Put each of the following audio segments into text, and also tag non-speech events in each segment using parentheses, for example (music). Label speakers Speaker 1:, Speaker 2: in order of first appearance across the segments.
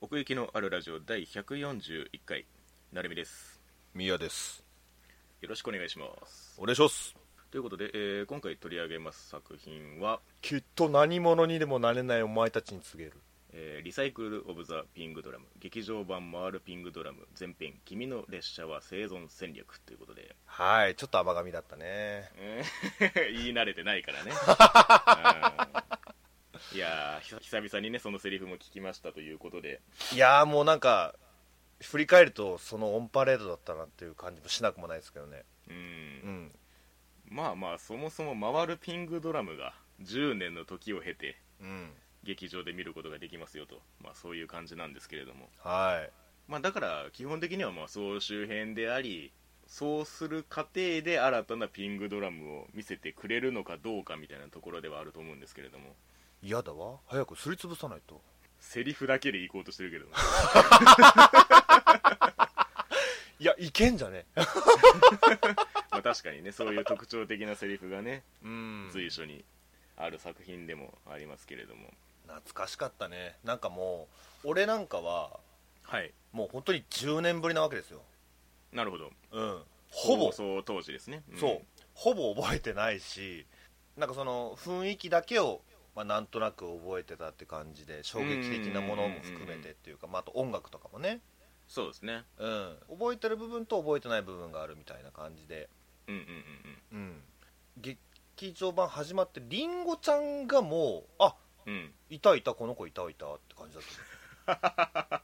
Speaker 1: 奥行きのあるラジオ第141回なるみです
Speaker 2: ミヤです
Speaker 1: よろしくお願いします
Speaker 2: お願いします
Speaker 1: ということで、えー今回取り上げます作品は、
Speaker 2: きっと何者にでもなれないお前たちに告げる
Speaker 1: えーリサイクル・オブ・ザ・ピングドラム劇場版回るピングドラム前編「君の列車は生存戦略」ということで、
Speaker 2: はいちょっと甘噛みだったね
Speaker 1: えー (laughs) 言い慣れてないからね、うんいやーひ久々にねそのセリフも聞きましたということで
Speaker 2: いやーもうなんか振り返るとそのオンパレードだったなっていう感じもしなくもないですけどね
Speaker 1: う
Speaker 2: うんん
Speaker 1: まあまあそもそも回るピングドラムが10年の時を経て
Speaker 2: うん
Speaker 1: 劇場で見ることができますよと、まあ、そういう感じなんですけれども、
Speaker 2: はい
Speaker 1: まあ、だから基本的にはまあ総集編でありそうする過程で新たなピングドラムを見せてくれるのかどうかみたいなところではあると思うんですけれども
Speaker 2: 嫌だわ早くすりつぶさないと
Speaker 1: セリフだけでいこうとしてるけども
Speaker 2: いやいけんじゃね
Speaker 1: (laughs) まあ確かにねそういう特徴的なセリフがね
Speaker 2: うん
Speaker 1: 随所にある作品でもありますけれども
Speaker 2: 懐かしかったねなんかもう俺なんかは
Speaker 1: はい
Speaker 2: もう本当に10年ぶりなわけですよ
Speaker 1: なるほど
Speaker 2: うんほぼ
Speaker 1: 放送当時ですね、ん
Speaker 2: そうほぼ覚えてないしなんかその雰囲気だけを、まあ、なんとなく覚えてたって感じで衝撃的なものも含めてっていうか、まあ、あと音楽とかもね、
Speaker 1: そうですね
Speaker 2: うん、覚えてる部分と覚えてない部分があるみたいな感じで、
Speaker 1: うんうんうん
Speaker 2: うん、劇場版始まってりんごちゃんがもうあ
Speaker 1: うんうん
Speaker 2: いたいたこの子いたいたって感じだっ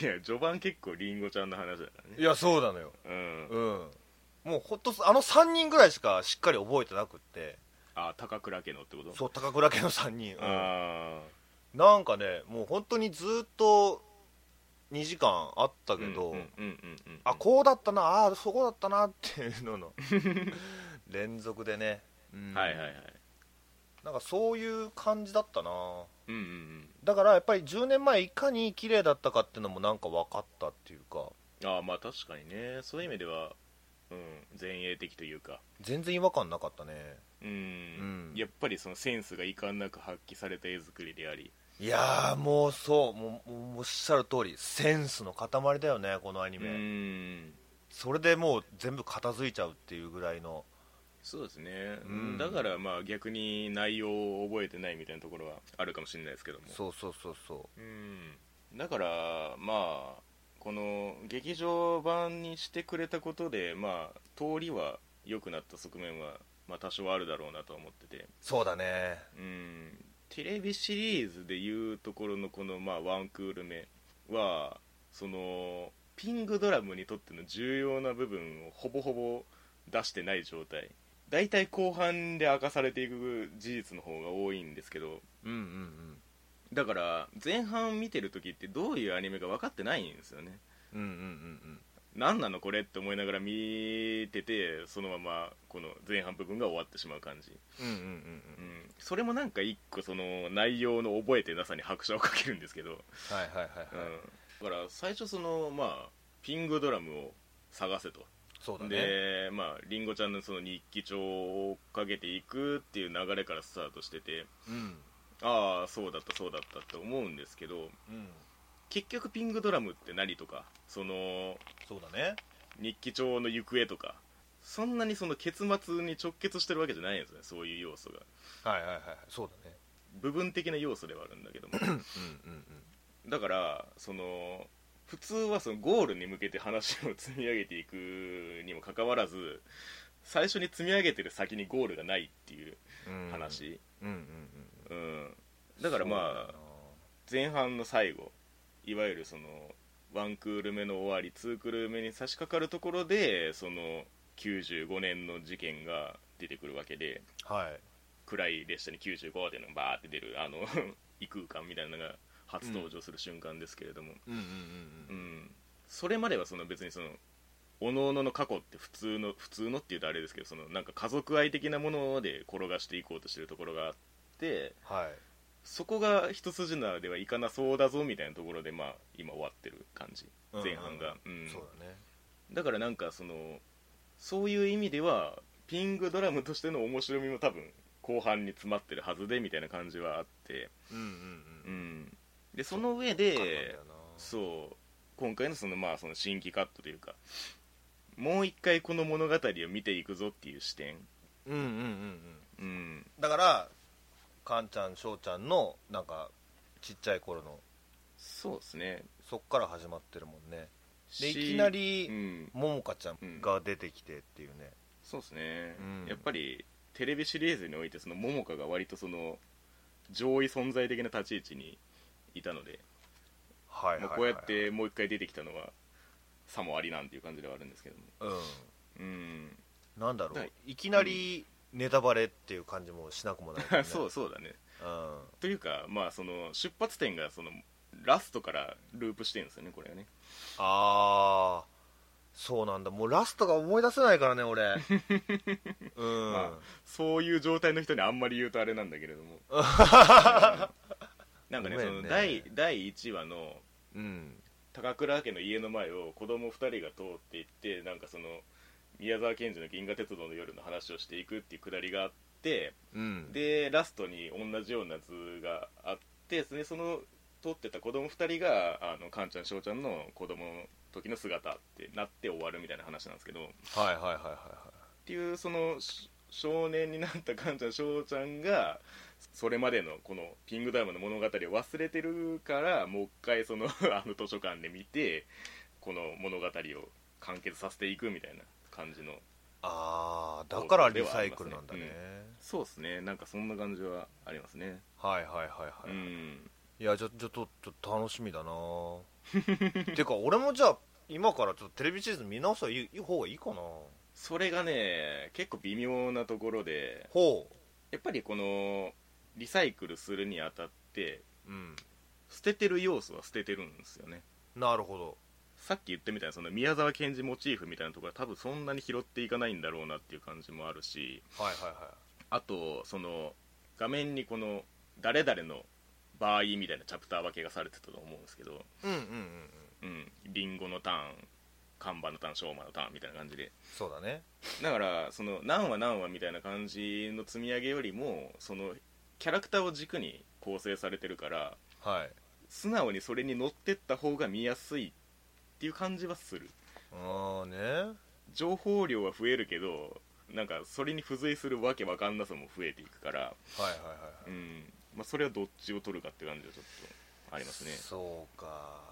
Speaker 1: いや序盤結構りんごちゃんの話だから
Speaker 2: たい
Speaker 1: ね
Speaker 2: やそうなのよ、
Speaker 1: うん
Speaker 2: うん、もうほっとすあの3人ぐらいしかしっかり覚えてなくって
Speaker 1: あ高倉家のってこと
Speaker 2: そう高倉家の3人、うん、
Speaker 1: あ
Speaker 2: なんかねもう本当にずっと2時間あった
Speaker 1: あ
Speaker 2: けど、
Speaker 1: うんうんうんうんうん
Speaker 2: あこうだったなああそこだったなっていうの (laughs) の連続でね、うん
Speaker 1: はいはいはい
Speaker 2: なんかそういう感じだったな
Speaker 1: うんうんうん
Speaker 2: だからやっぱり10年前いかに綺麗だったかっていうのもなんか分かったっていうか
Speaker 1: ああまあ確かにねそういう意味ではうん前衛的というか
Speaker 2: 全然違和感なかったね
Speaker 1: うん、
Speaker 2: うん
Speaker 1: やっぱりそのセンスが遺憾なく発揮された絵作りであり
Speaker 2: いやーもうそうもうもうおっしゃる通りセンスの塊だよねこのアニ
Speaker 1: う
Speaker 2: メ、
Speaker 1: ん
Speaker 2: それでもう全部片付いちゃうっていうぐらいの
Speaker 1: そうですね、
Speaker 2: うん
Speaker 1: だからまあ逆に内容を覚えてないみたいなところはあるかもしれないですけども
Speaker 2: そうそうそうそう
Speaker 1: うんだからまあこの劇場版にしてくれたことでまあ通りは良くなった側面は、まあ、多少あるだろうなとは思ってて
Speaker 2: そうだね
Speaker 1: うんテレビシリーズでいうところのこの、まあ、ワンクール目はそのピングドラムにとっての重要な部分をほぼほぼ出してない状態大体後半で明かされていく事実の方が多いんですけど
Speaker 2: うんうんうん
Speaker 1: だから前半見てる時ってどういうアニメか分かってないんですよね
Speaker 2: うんうんうん
Speaker 1: 何なのこれって思いながら見ててそのままこの前半部分が終わってしまう感じ、
Speaker 2: うんうんうん
Speaker 1: う
Speaker 2: うん
Speaker 1: ん、それもなんか一個その内容の覚えてなさに拍車をかけるんですけど、
Speaker 2: はいはいはい
Speaker 1: うん
Speaker 2: はい、
Speaker 1: だから最初そのまあピングドラムを探せと
Speaker 2: そうだね
Speaker 1: でまありんごちゃんのその日記帳を追っかけていくっていう流れからスタートしてて
Speaker 2: うん
Speaker 1: ああそうだったそうだったって思うんですけど
Speaker 2: うん
Speaker 1: 結局ピングドラムって何とかその
Speaker 2: そうだね
Speaker 1: 日記帳の行方とかそんなにその結末に直結してるわけじゃないんですよねそういう要素が
Speaker 2: はいはいはいそうだね
Speaker 1: 部分的な要素ではあるんだ (clears throat) けども
Speaker 2: うんうん
Speaker 1: だからその普通はそのゴールに向けて話を積み上げていくにもかかわらず最初に積み上げてる先にゴールがないっていう
Speaker 2: うん
Speaker 1: 話、
Speaker 2: うんうん
Speaker 1: うん
Speaker 2: うん
Speaker 1: だからまあ前半の最後いわゆるそのワンクール目の終わりツークール目に差し掛かるところでその95年の事件が出てくるわけで
Speaker 2: そうだよなはい
Speaker 1: 暗い列車に95っていうのがバーって出るあの (laughs) 異空間みたいなのが初登場する瞬間ですけれども、
Speaker 2: うんうん
Speaker 1: う
Speaker 2: うんん
Speaker 1: それまではその別にそのおののの過去って普通の普通のっていうとあれですけどそのなんか家族愛的なもので転がしていこうとしてるところがあって
Speaker 2: はい
Speaker 1: そこが一筋縄ではいかなそうだぞみたいなところで、まあ、今終わってる感じ
Speaker 2: うん
Speaker 1: 前半が、うん
Speaker 2: そうだね
Speaker 1: だからなんかそのそういう意味ではピングドラムとしての面白みも多分後半に詰まってるはずでみたいな感じはあって、
Speaker 2: うんうん
Speaker 1: うん、でその上
Speaker 2: なんだ
Speaker 1: で
Speaker 2: よな
Speaker 1: そう今回のそのまあその新規カットというかもう一回この物語を見ていくぞっていう視点
Speaker 2: うんうんうんうん
Speaker 1: うん
Speaker 2: だからカンちゃん翔ちゃんのなんかちっちゃい頃の
Speaker 1: そうですね
Speaker 2: そっから始まってるもんねでい
Speaker 1: し
Speaker 2: きな
Speaker 1: う
Speaker 2: り
Speaker 1: ん
Speaker 2: ももかちゃんが出てきてっていうね
Speaker 1: そうですね、
Speaker 2: うん
Speaker 1: やっぱりテレビシリーズにおいてその桃花が割とその上位存在的な立ち位置にいたので、
Speaker 2: はいはい
Speaker 1: まあ
Speaker 2: はい
Speaker 1: こうやってもう一回出てきたのはさもありなんていう感じではあるんですけども
Speaker 2: う
Speaker 1: うん
Speaker 2: んなんだろ
Speaker 1: は
Speaker 2: う
Speaker 1: い
Speaker 2: いきなりネタバレっていう感じもしなくもないよ
Speaker 1: (laughs) (laughs)
Speaker 2: ね
Speaker 1: そうそうだね
Speaker 2: うん
Speaker 1: というかまあその出発点がそのラストからループしてるんですよねこれはね
Speaker 2: ああそうなんだもうラストが思い出せないからね
Speaker 1: (laughs)
Speaker 2: 俺うん、
Speaker 1: まそういう状態の人にあんまり言うとあれなんだけれど
Speaker 2: (laughs)
Speaker 1: もうんなんかね
Speaker 2: ごめ
Speaker 1: そ
Speaker 2: んね
Speaker 1: の第第1話の
Speaker 2: うん
Speaker 1: 高倉家の家の前を子供2人が通っていってなんかその宮沢賢治の「銀河鉄道の夜」の話をしていくっていうくだりがあって
Speaker 2: うん
Speaker 1: でラストに同じような図があってですねその撮ってた子供2人があのカンちゃん翔ちゃんの子供の時の姿ってなって終わるみたいな話なんですけどっ
Speaker 2: はいはいはいはいは
Speaker 1: ていうそのし少年になったカンちゃん翔ちゃんがそれまでのこのピングダムの物語を忘れてるからもう一回その (laughs) あの図書館で見てこの物語を完結させていくみたいな感じの
Speaker 2: ああだからリサイクルなんだね
Speaker 1: ではあそうですねなんかそんな感じはありますね
Speaker 2: はいはいはいはい、
Speaker 1: うん
Speaker 2: いやじゃちょっとちょっと楽しみだな (laughs) てか俺もじゃあ今からちょっとテレビシリーズン見直した方がいいかな
Speaker 1: それがね結構微妙なところで
Speaker 2: ほ
Speaker 1: やっぱりこのリサイクルするにあたって
Speaker 2: ううん
Speaker 1: 捨ててる要素は捨ててるんですよね
Speaker 2: なるほど
Speaker 1: さっき言ったみたいなその宮沢賢治モチーフみたいなところは多分そんなに拾っていかないんだろうなっていう感じもあるし
Speaker 2: はいはいは
Speaker 1: あとその画面にこの誰々の場合みたいなチャプター分けがされてたと思うんですけど、
Speaker 2: いうんうんうんうん
Speaker 1: うん、リンゴのターン看板のターン昭和のターンみたいな感じで
Speaker 2: そうだね
Speaker 1: だからその何話何話みたいな感じの積み上げよりもそのキャラクターを軸に構成されてるから
Speaker 2: はい
Speaker 1: 素直にそれに乗ってった方が見やすいっていう感じはする
Speaker 2: ああね
Speaker 1: 情報量は増えるけどなんかそれに付随するわけわかんなさも増えていくから、
Speaker 2: はいはいはいは
Speaker 1: う
Speaker 2: い
Speaker 1: んまあ、それはどっちを取るかって感じはちょっとありますね
Speaker 2: そうか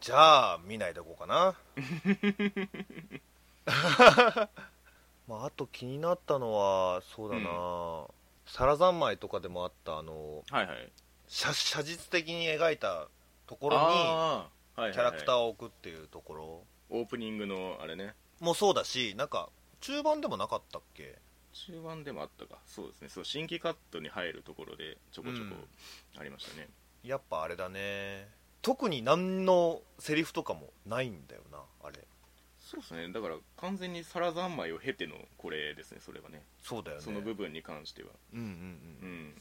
Speaker 2: じゃあ見ないでおこうか
Speaker 1: (laughs)
Speaker 2: なまああと気になったのはそうだな、皿三昧とかでもあったあの
Speaker 1: はいはい
Speaker 2: 写写実的に描いたところ
Speaker 1: ああ
Speaker 2: にキャラクター
Speaker 1: ー
Speaker 2: を置くっていうところ
Speaker 1: オープニングのあれね
Speaker 2: もそうだしなんか中盤でもなかったっけ
Speaker 1: 中盤でもあったかそうですねそう新規カットに入るところでちょこちょこありましたね、
Speaker 2: やっぱあれだね特に何のセリフとかもないんだよなあれ
Speaker 1: そうですねだから完全に皿三昧を経てのこれですねそれはね
Speaker 2: そうだよね
Speaker 1: その部分に関しては
Speaker 2: うんうんうん、
Speaker 1: うん、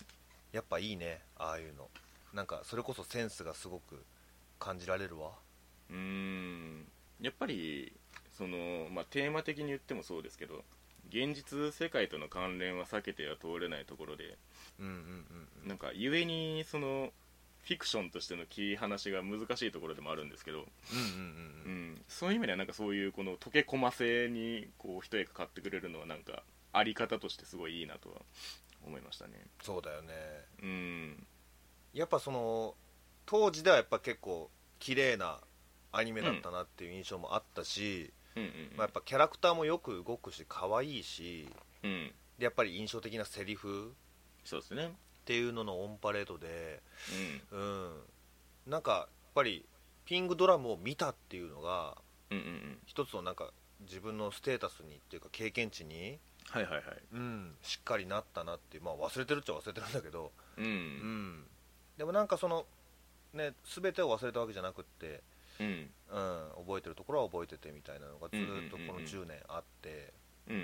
Speaker 2: やっぱいいねああいうのなんかそれこそセンスがすごく感じられるわ
Speaker 1: うーん、やっぱりその、まあ、テーマ的に言ってもそうですけど現実世界との関連は避けては通れないところで
Speaker 2: うんうんうん
Speaker 1: なんか故にそのフィクションとしての切り離しが難しいところでもあるんですけど、
Speaker 2: うん
Speaker 1: う
Speaker 2: うんうんうん
Speaker 1: ん、そういう意味ではなんかそういうこの溶け込ませにこう一役買ってくれるのはなんかあり方としてすごいいいなとは思いましたね
Speaker 2: そうだよね
Speaker 1: うん
Speaker 2: やっぱその当時ではやっぱ結構綺麗なアニメだったなっていう印象もあったし、
Speaker 1: うんうん
Speaker 2: まあ、やっぱキャラクターもよく動くし可愛いし
Speaker 1: うん、うん、
Speaker 2: でやっぱり印象的なセリフ
Speaker 1: そうですね
Speaker 2: っていうののオンパレードでうんなんかやっぱりピングドラムを見たっていうのが
Speaker 1: うんうんうんうん
Speaker 2: 一つのなんか自分のステータスにっていうか経験値に
Speaker 1: はいはいはい
Speaker 2: うん、しっかりなったなっていう、まあ、忘れてるっちゃ忘れてるんだけど、
Speaker 1: うん
Speaker 2: うん、でもなんかその、ね、全てを忘れたわけじゃなくって、
Speaker 1: うん
Speaker 2: うん、覚えてるところは覚えててみたいなのがずーっと
Speaker 1: うんうんうんうん
Speaker 2: この10年あって、
Speaker 1: う
Speaker 2: うん
Speaker 1: ん
Speaker 2: い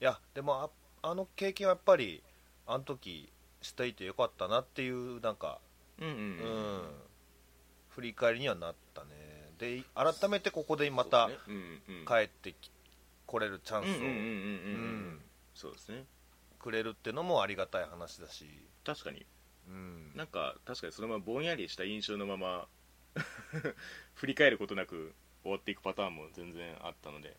Speaker 2: やでもああの経験はやっぱりあの時していてよかったなっていうなんか、
Speaker 1: うんうんう
Speaker 2: うんん振り返りにはなったねで改めてここでまた
Speaker 1: そうですねうんうん
Speaker 2: 帰ってきこれるチャン
Speaker 1: うんうんうんうん
Speaker 2: ス
Speaker 1: うんうんそう
Speaker 2: うん
Speaker 1: ですね
Speaker 2: をくれるってのもありがたい話だし。
Speaker 1: 確かに
Speaker 2: うん
Speaker 1: なんか確かにそのままぼんやりした印象のまま (laughs) 振り返ることなく終わっていくパターンも全然あったので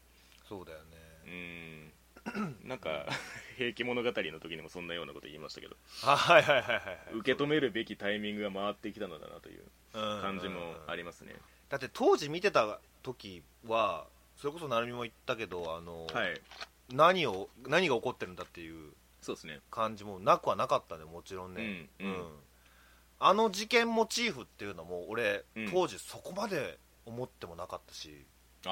Speaker 2: そうだよ
Speaker 1: う
Speaker 2: ね、
Speaker 1: ーんなんか (laughs) 「平家物語」の時にもそんなようなこと言いましたけど
Speaker 2: あはいはいはいはい
Speaker 1: 受け止めるべきタイミングが回ってきたのだなという感
Speaker 2: 感
Speaker 1: じもありますね
Speaker 2: だって当時見てた時はそれこそ成美も言ったけどあの、
Speaker 1: はい
Speaker 2: 何を何が起こってるんだっていう
Speaker 1: そうですね
Speaker 2: 感じもなくはなかったねもちろんね、
Speaker 1: うんうん
Speaker 2: あの事件モチーフっていうのも俺、
Speaker 1: うん
Speaker 2: 当時そこまで思ってもなかったし
Speaker 1: ああ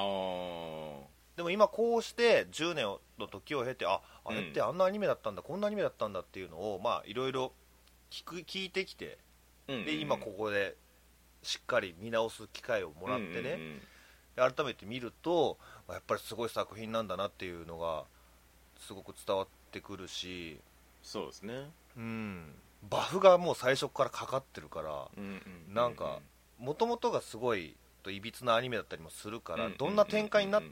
Speaker 2: でも今こうして10年の時を経てああ
Speaker 1: うん
Speaker 2: れってあんなアニメだったんだ、こんなアニメだったんだっていうのをまあいろいろ聞く聞いてきてで今ここでしっかり見直す機会をも
Speaker 1: も
Speaker 2: らってね、改めて見るとまあやっぱりすごい作品なんだなっていうのがすごく伝わってくるし、
Speaker 1: そうですね
Speaker 2: うん、バフがもう最初からかかってるから
Speaker 1: うんうん
Speaker 2: なんかもともとがすごいいびつなアニメだったりもするから、
Speaker 1: うん
Speaker 2: どんな展開になっ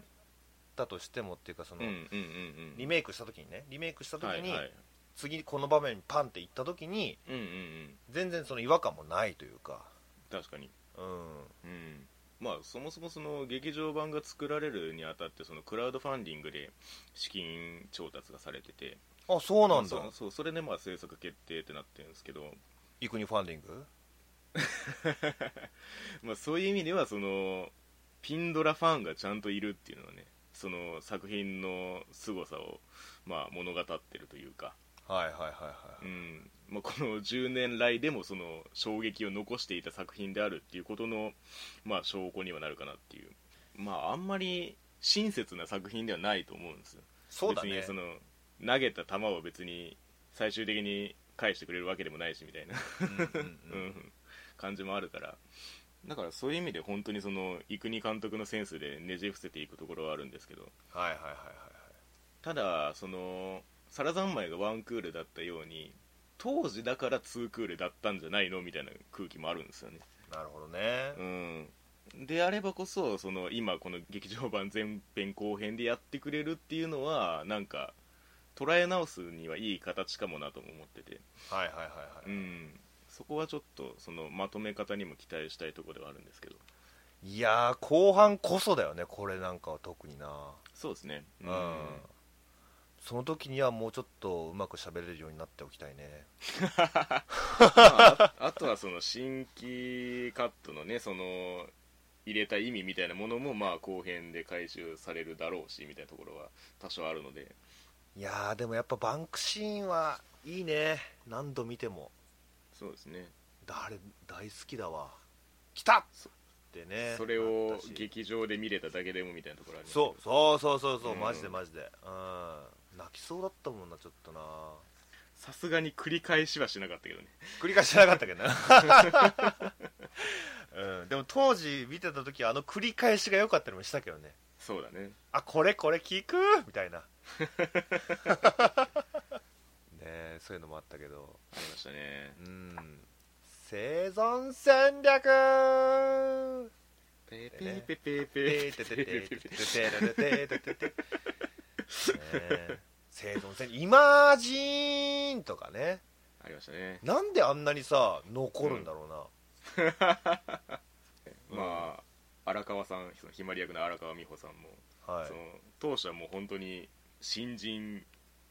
Speaker 2: たとしてもっていうかその、
Speaker 1: うんうんうんうん
Speaker 2: リメイクした時にねリメイクした時に、
Speaker 1: はいはい
Speaker 2: 次この場面にパンっていった時に
Speaker 1: うんうんうん
Speaker 2: 全然その違和感もないというか、
Speaker 1: 確かに
Speaker 2: うん、
Speaker 1: うんまあそもそもその劇場版が作られるにあたってそのクラウドファンディングで資金調達がされてて
Speaker 2: あそうなんだ
Speaker 1: そうそうそれでまあ制作決定ってなってるんですけど、
Speaker 2: イクニファンディング
Speaker 1: まあ、そういう意味ではそのピンドラファンがちゃんといるっていうのはねその作品の凄さをまあ物語ってるというか、
Speaker 2: はいはいはいはい、
Speaker 1: うんまあ、この10年来でもその衝撃を残していた作品であるっていうことの、まあ、証拠にはなるかなっていうまああんまり親切な作品ではないと思うんですよ
Speaker 2: そうだね
Speaker 1: 別にその投げた球を別に最終的に返してくれるわけでもないしみたいな、
Speaker 2: (laughs) うん
Speaker 1: う
Speaker 2: うんうん
Speaker 1: ん、感じもあるからだからそういう意味で本当にその生国監督のセンスでねじ伏せていくところはあるんですけど
Speaker 2: はいはいはいはい
Speaker 1: ただそのサラ三昧がワンクールだったように当時だからツークールだったんじゃないのみたいな空気もあるんですよね
Speaker 2: なるほどね、
Speaker 1: うんであればこそその今この劇場版前編後編でやってくれるっていうのはなんか捉え直すにはいい形かもなとも思ってて
Speaker 2: はいはいはいはい、
Speaker 1: うんそこはちょっとそのまとめ方にも期待したいところではあるんですけど
Speaker 2: いやー後半こそだよねこれなんかは特にな
Speaker 1: そうですね
Speaker 2: うん、その時にはもうちょっとうまく喋れるようになっておきたいね
Speaker 1: まあ、ああとはその新規カットのねその入れた意味みたいなものもまあ後編で回収されるだろうしみたいなところは多少あるので
Speaker 2: いやーでもやっぱバンクシーンはいいね何度見ても
Speaker 1: そうですね
Speaker 2: 誰大好きだわ来たってね
Speaker 1: それを
Speaker 2: 激
Speaker 1: 劇場で見れただけでもみたいなところありますけど
Speaker 2: そうそうそうそうそう、
Speaker 1: うん
Speaker 2: マジでマジでうん泣きそうだったもんなちょっとな
Speaker 1: さすがに繰り返しはしなかったけどね
Speaker 2: 繰り返しなかったけどな、 (laughs) うん、でも当時見てた時はあの繰り返しが良かったりもしたけどね
Speaker 1: そうだね
Speaker 2: あこれこれ聞くみたい
Speaker 1: (laughs)
Speaker 2: なねえそういうのもあったけど
Speaker 1: ありましたね
Speaker 2: うん生存戦略
Speaker 1: ペー
Speaker 2: でね
Speaker 1: ペーペー
Speaker 2: てててててててててててててててて
Speaker 1: ペーペーペーペーペ
Speaker 2: て
Speaker 1: ー
Speaker 2: てね生存戦イマジーンとかね
Speaker 1: ありましたね
Speaker 2: なんであんなにさ残るんだろうな、うん
Speaker 1: まあ荒川さんそのひまり役の荒川美穂さんも
Speaker 2: はい
Speaker 1: その当初はもう本当に新人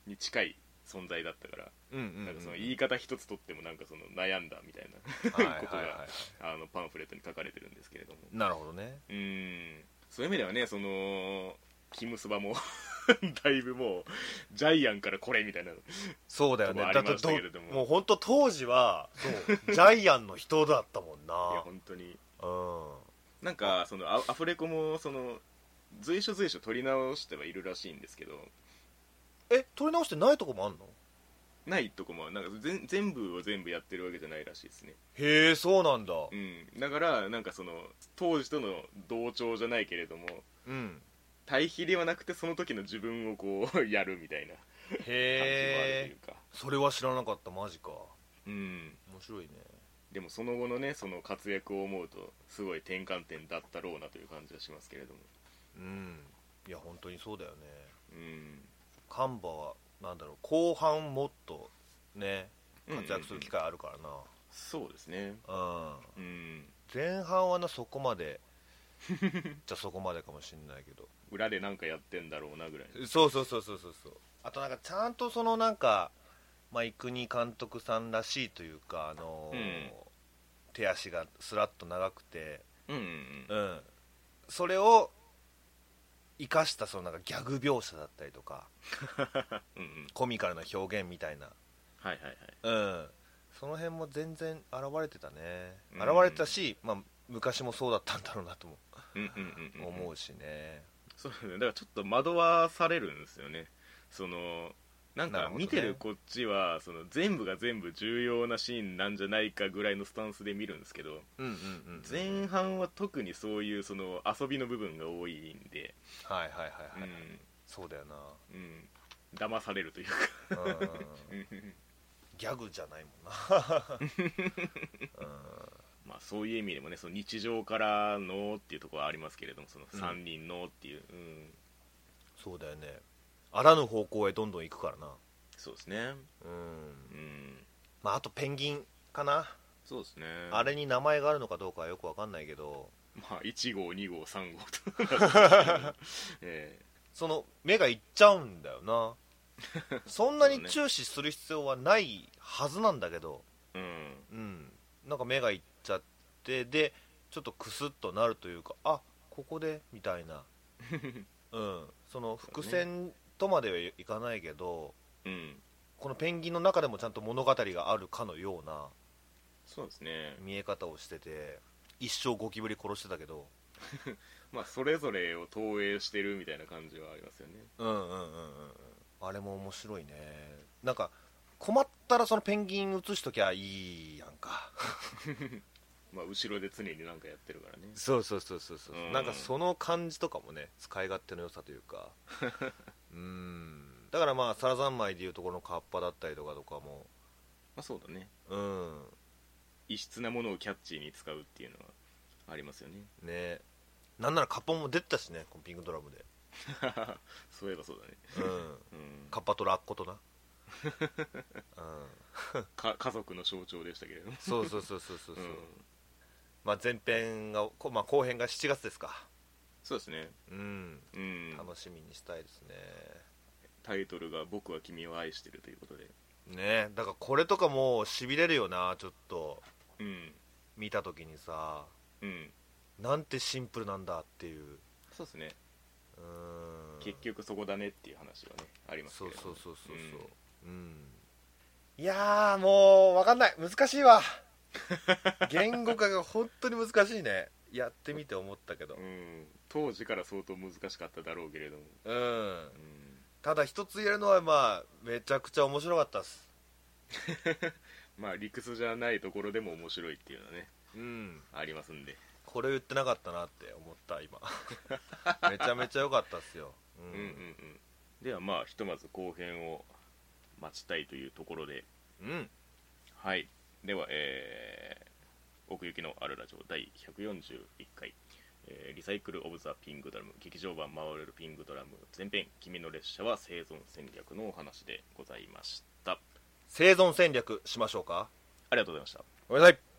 Speaker 1: に近い存在だったから、
Speaker 2: うんうんうん
Speaker 1: なんかその言い方一つとってもなんかその悩んだみたい
Speaker 2: はい
Speaker 1: な (laughs) こと
Speaker 2: はい
Speaker 1: が
Speaker 2: は
Speaker 1: あのパンフレットに書かれてるんですけれども
Speaker 2: いなるほどね
Speaker 1: うんそういう意味ではねそのキムスバも (laughs) だいぶもうジャイアンからこれみたいな
Speaker 2: そうだよね
Speaker 1: とこあ
Speaker 2: だ
Speaker 1: り
Speaker 2: って
Speaker 1: ました
Speaker 2: ど
Speaker 1: けれども
Speaker 2: もう本当当時はそうジャイアンの人だったもん
Speaker 1: いや
Speaker 2: な
Speaker 1: 本当に
Speaker 2: うん
Speaker 1: なんかそのアアフレコもその随所随所撮り直してはいるらしいんですけど
Speaker 2: え取り直してないとこもあんの
Speaker 1: ないとこもなんか全全部を全部やってるわけじゃないらしいですね
Speaker 2: へえそうなんだ
Speaker 1: うん、だからなんかその当時との同調じゃないけれども
Speaker 2: うん
Speaker 1: 対比ではなくてその時の自分をこう (laughs) やるみたいな感
Speaker 2: へ
Speaker 1: じもあるという
Speaker 2: え
Speaker 1: か、
Speaker 2: それは知らなかったマジか
Speaker 1: うん、
Speaker 2: 面白いね
Speaker 1: でもその後のねその活躍を思うとすごい転換点だったろうなという感じはしますけれども、
Speaker 2: うんいや本当にそうだよね
Speaker 1: うん、
Speaker 2: カンバはなんだろう後半もっとね活躍する機会あるからな、
Speaker 1: そうですね
Speaker 2: うん
Speaker 1: うん
Speaker 2: 前半はなそこま (laughs) でじゃそこまでかもしんないけど
Speaker 1: 裏でなんかやってんだろうなぐらい
Speaker 2: そうそうそうそうそうそうあとなんかちゃんとそのなんか、まあ、生国監督さんらしいというか、あのー
Speaker 1: うん
Speaker 2: 手足がスラッと長くて、
Speaker 1: うん
Speaker 2: うん、それを生かしたそのなんかギャグ描写だったりとか
Speaker 1: うんうん
Speaker 2: コミカルな表現みたいな、
Speaker 1: はいはいはい
Speaker 2: うん、その辺も全然現れてたね
Speaker 1: うん
Speaker 2: 現れてたし、まあ、昔もそうだったんだろうなとも
Speaker 1: うんうんうんうん
Speaker 2: 思うしね、
Speaker 1: そうだねだからちょっと惑わされるんですよねそのなん
Speaker 2: なる
Speaker 1: か
Speaker 2: ほどね
Speaker 1: 見てるこっちは、その全部が全部重要なシーンなんじゃないかぐらいのスタンスで見るんですけど
Speaker 2: うんうんうん
Speaker 1: 前半は特にそういうその遊びの部分が多いんで、
Speaker 2: はいはいはいはい、
Speaker 1: うん
Speaker 2: そうだよ (laughs) な
Speaker 1: うん、騙されるというか (laughs)
Speaker 2: うんうんうんギャグじゃないもんな、うん
Speaker 1: まあそういう意味でもねその日常からのっていうところはありますけれどもその3人のっていう、うん
Speaker 2: そうだよねあらぬ方向へどんどん行くからな
Speaker 1: そうですね
Speaker 2: うん
Speaker 1: うん
Speaker 2: まああとペンギンかな、
Speaker 1: そうですね
Speaker 2: あれに名前があるのかどうかはよくわかんないけど
Speaker 1: まあ1号2号3号と (laughs) え
Speaker 2: その目がいっちゃうんだよなそんな
Speaker 1: そう
Speaker 2: に
Speaker 1: ね
Speaker 2: 注視する必要はないはずなんだけど
Speaker 1: え
Speaker 2: うんなんか目がいっちゃってでちょっとクスッとなるというかあここでみたいなうんその伏線とまではいかないけど、
Speaker 1: うんうん
Speaker 2: このペンギンの中でもちゃんと物語があるかのような
Speaker 1: そうですね
Speaker 2: 見え方をしてて一生ゴキブリ殺してたけど
Speaker 1: まあそれぞれを投影してるみたいな感じはありますよね
Speaker 2: うんうんうんうんうんあれも面白いねなんか困ったらそのペンギン映しときゃいいやんか
Speaker 1: まあ後ろで常になんかやってるからね
Speaker 2: そうそうそうそうそう
Speaker 1: うん
Speaker 2: なんかその感じとかもね使い勝手の良さという (laughs) かうんだからまあサラザンマイでいうところのカッパだったりとかとかも
Speaker 1: まあそうだね
Speaker 2: うん
Speaker 1: 異質なものをキャッチーに使うっていうのはありますよね (laughs)
Speaker 2: ねなんならカッパも出てたしねこのピンクドラムで、
Speaker 1: そういえばそうだね
Speaker 2: うん、
Speaker 1: うん
Speaker 2: カッパとラッコとな、うん、
Speaker 1: か家族の象徴でしたけれども
Speaker 2: そうそうそうそうそうそう、
Speaker 1: うん
Speaker 2: まあ、前編が、こまあ、後編が7月ですか
Speaker 1: そうですね
Speaker 2: うん
Speaker 1: うん
Speaker 2: 楽しみにしたいです
Speaker 1: タイトルが「僕は君を愛してる」ということで
Speaker 2: ねねだからこれとかもうしびれるよなちょっと
Speaker 1: うん
Speaker 2: 見た時にさ
Speaker 1: うん
Speaker 2: なんてシンプルなんだっていう
Speaker 1: そうですね
Speaker 2: うん
Speaker 1: 結局そこだねっていう話はねあります
Speaker 2: そ
Speaker 1: けれ
Speaker 2: う
Speaker 1: ど
Speaker 2: そうそうそう
Speaker 1: うん
Speaker 2: そううんいやーもう分かんない難し
Speaker 1: (laughs)
Speaker 2: いわ言語化が本当に難しいねやってみて思ったけど
Speaker 1: うん、当時から相当難しかっただろうけれども、
Speaker 2: うん
Speaker 1: うん、
Speaker 2: ただ一つ言えるのはまあめちゃくちゃ面白かったっす
Speaker 1: まあ理屈じゃないところでも面白いっていうのはね
Speaker 2: うん
Speaker 1: ありますんで
Speaker 2: これ言ってなかったなって思った (laughs) 今めちゃめちゃ良かったっすようん
Speaker 1: うんうんうんではまあひとまず後編を待ちたいというところで
Speaker 2: うん、
Speaker 1: はいではえー奥行きのあるラジオ第141回、えーリサイクル・オブ・ザ・ピングドラム劇場版「回れるピングドラム」前編「君の列車は生存戦略」のお話でございました
Speaker 2: 生存戦略しましょうか
Speaker 1: ありがとうございました
Speaker 2: ごめんなさい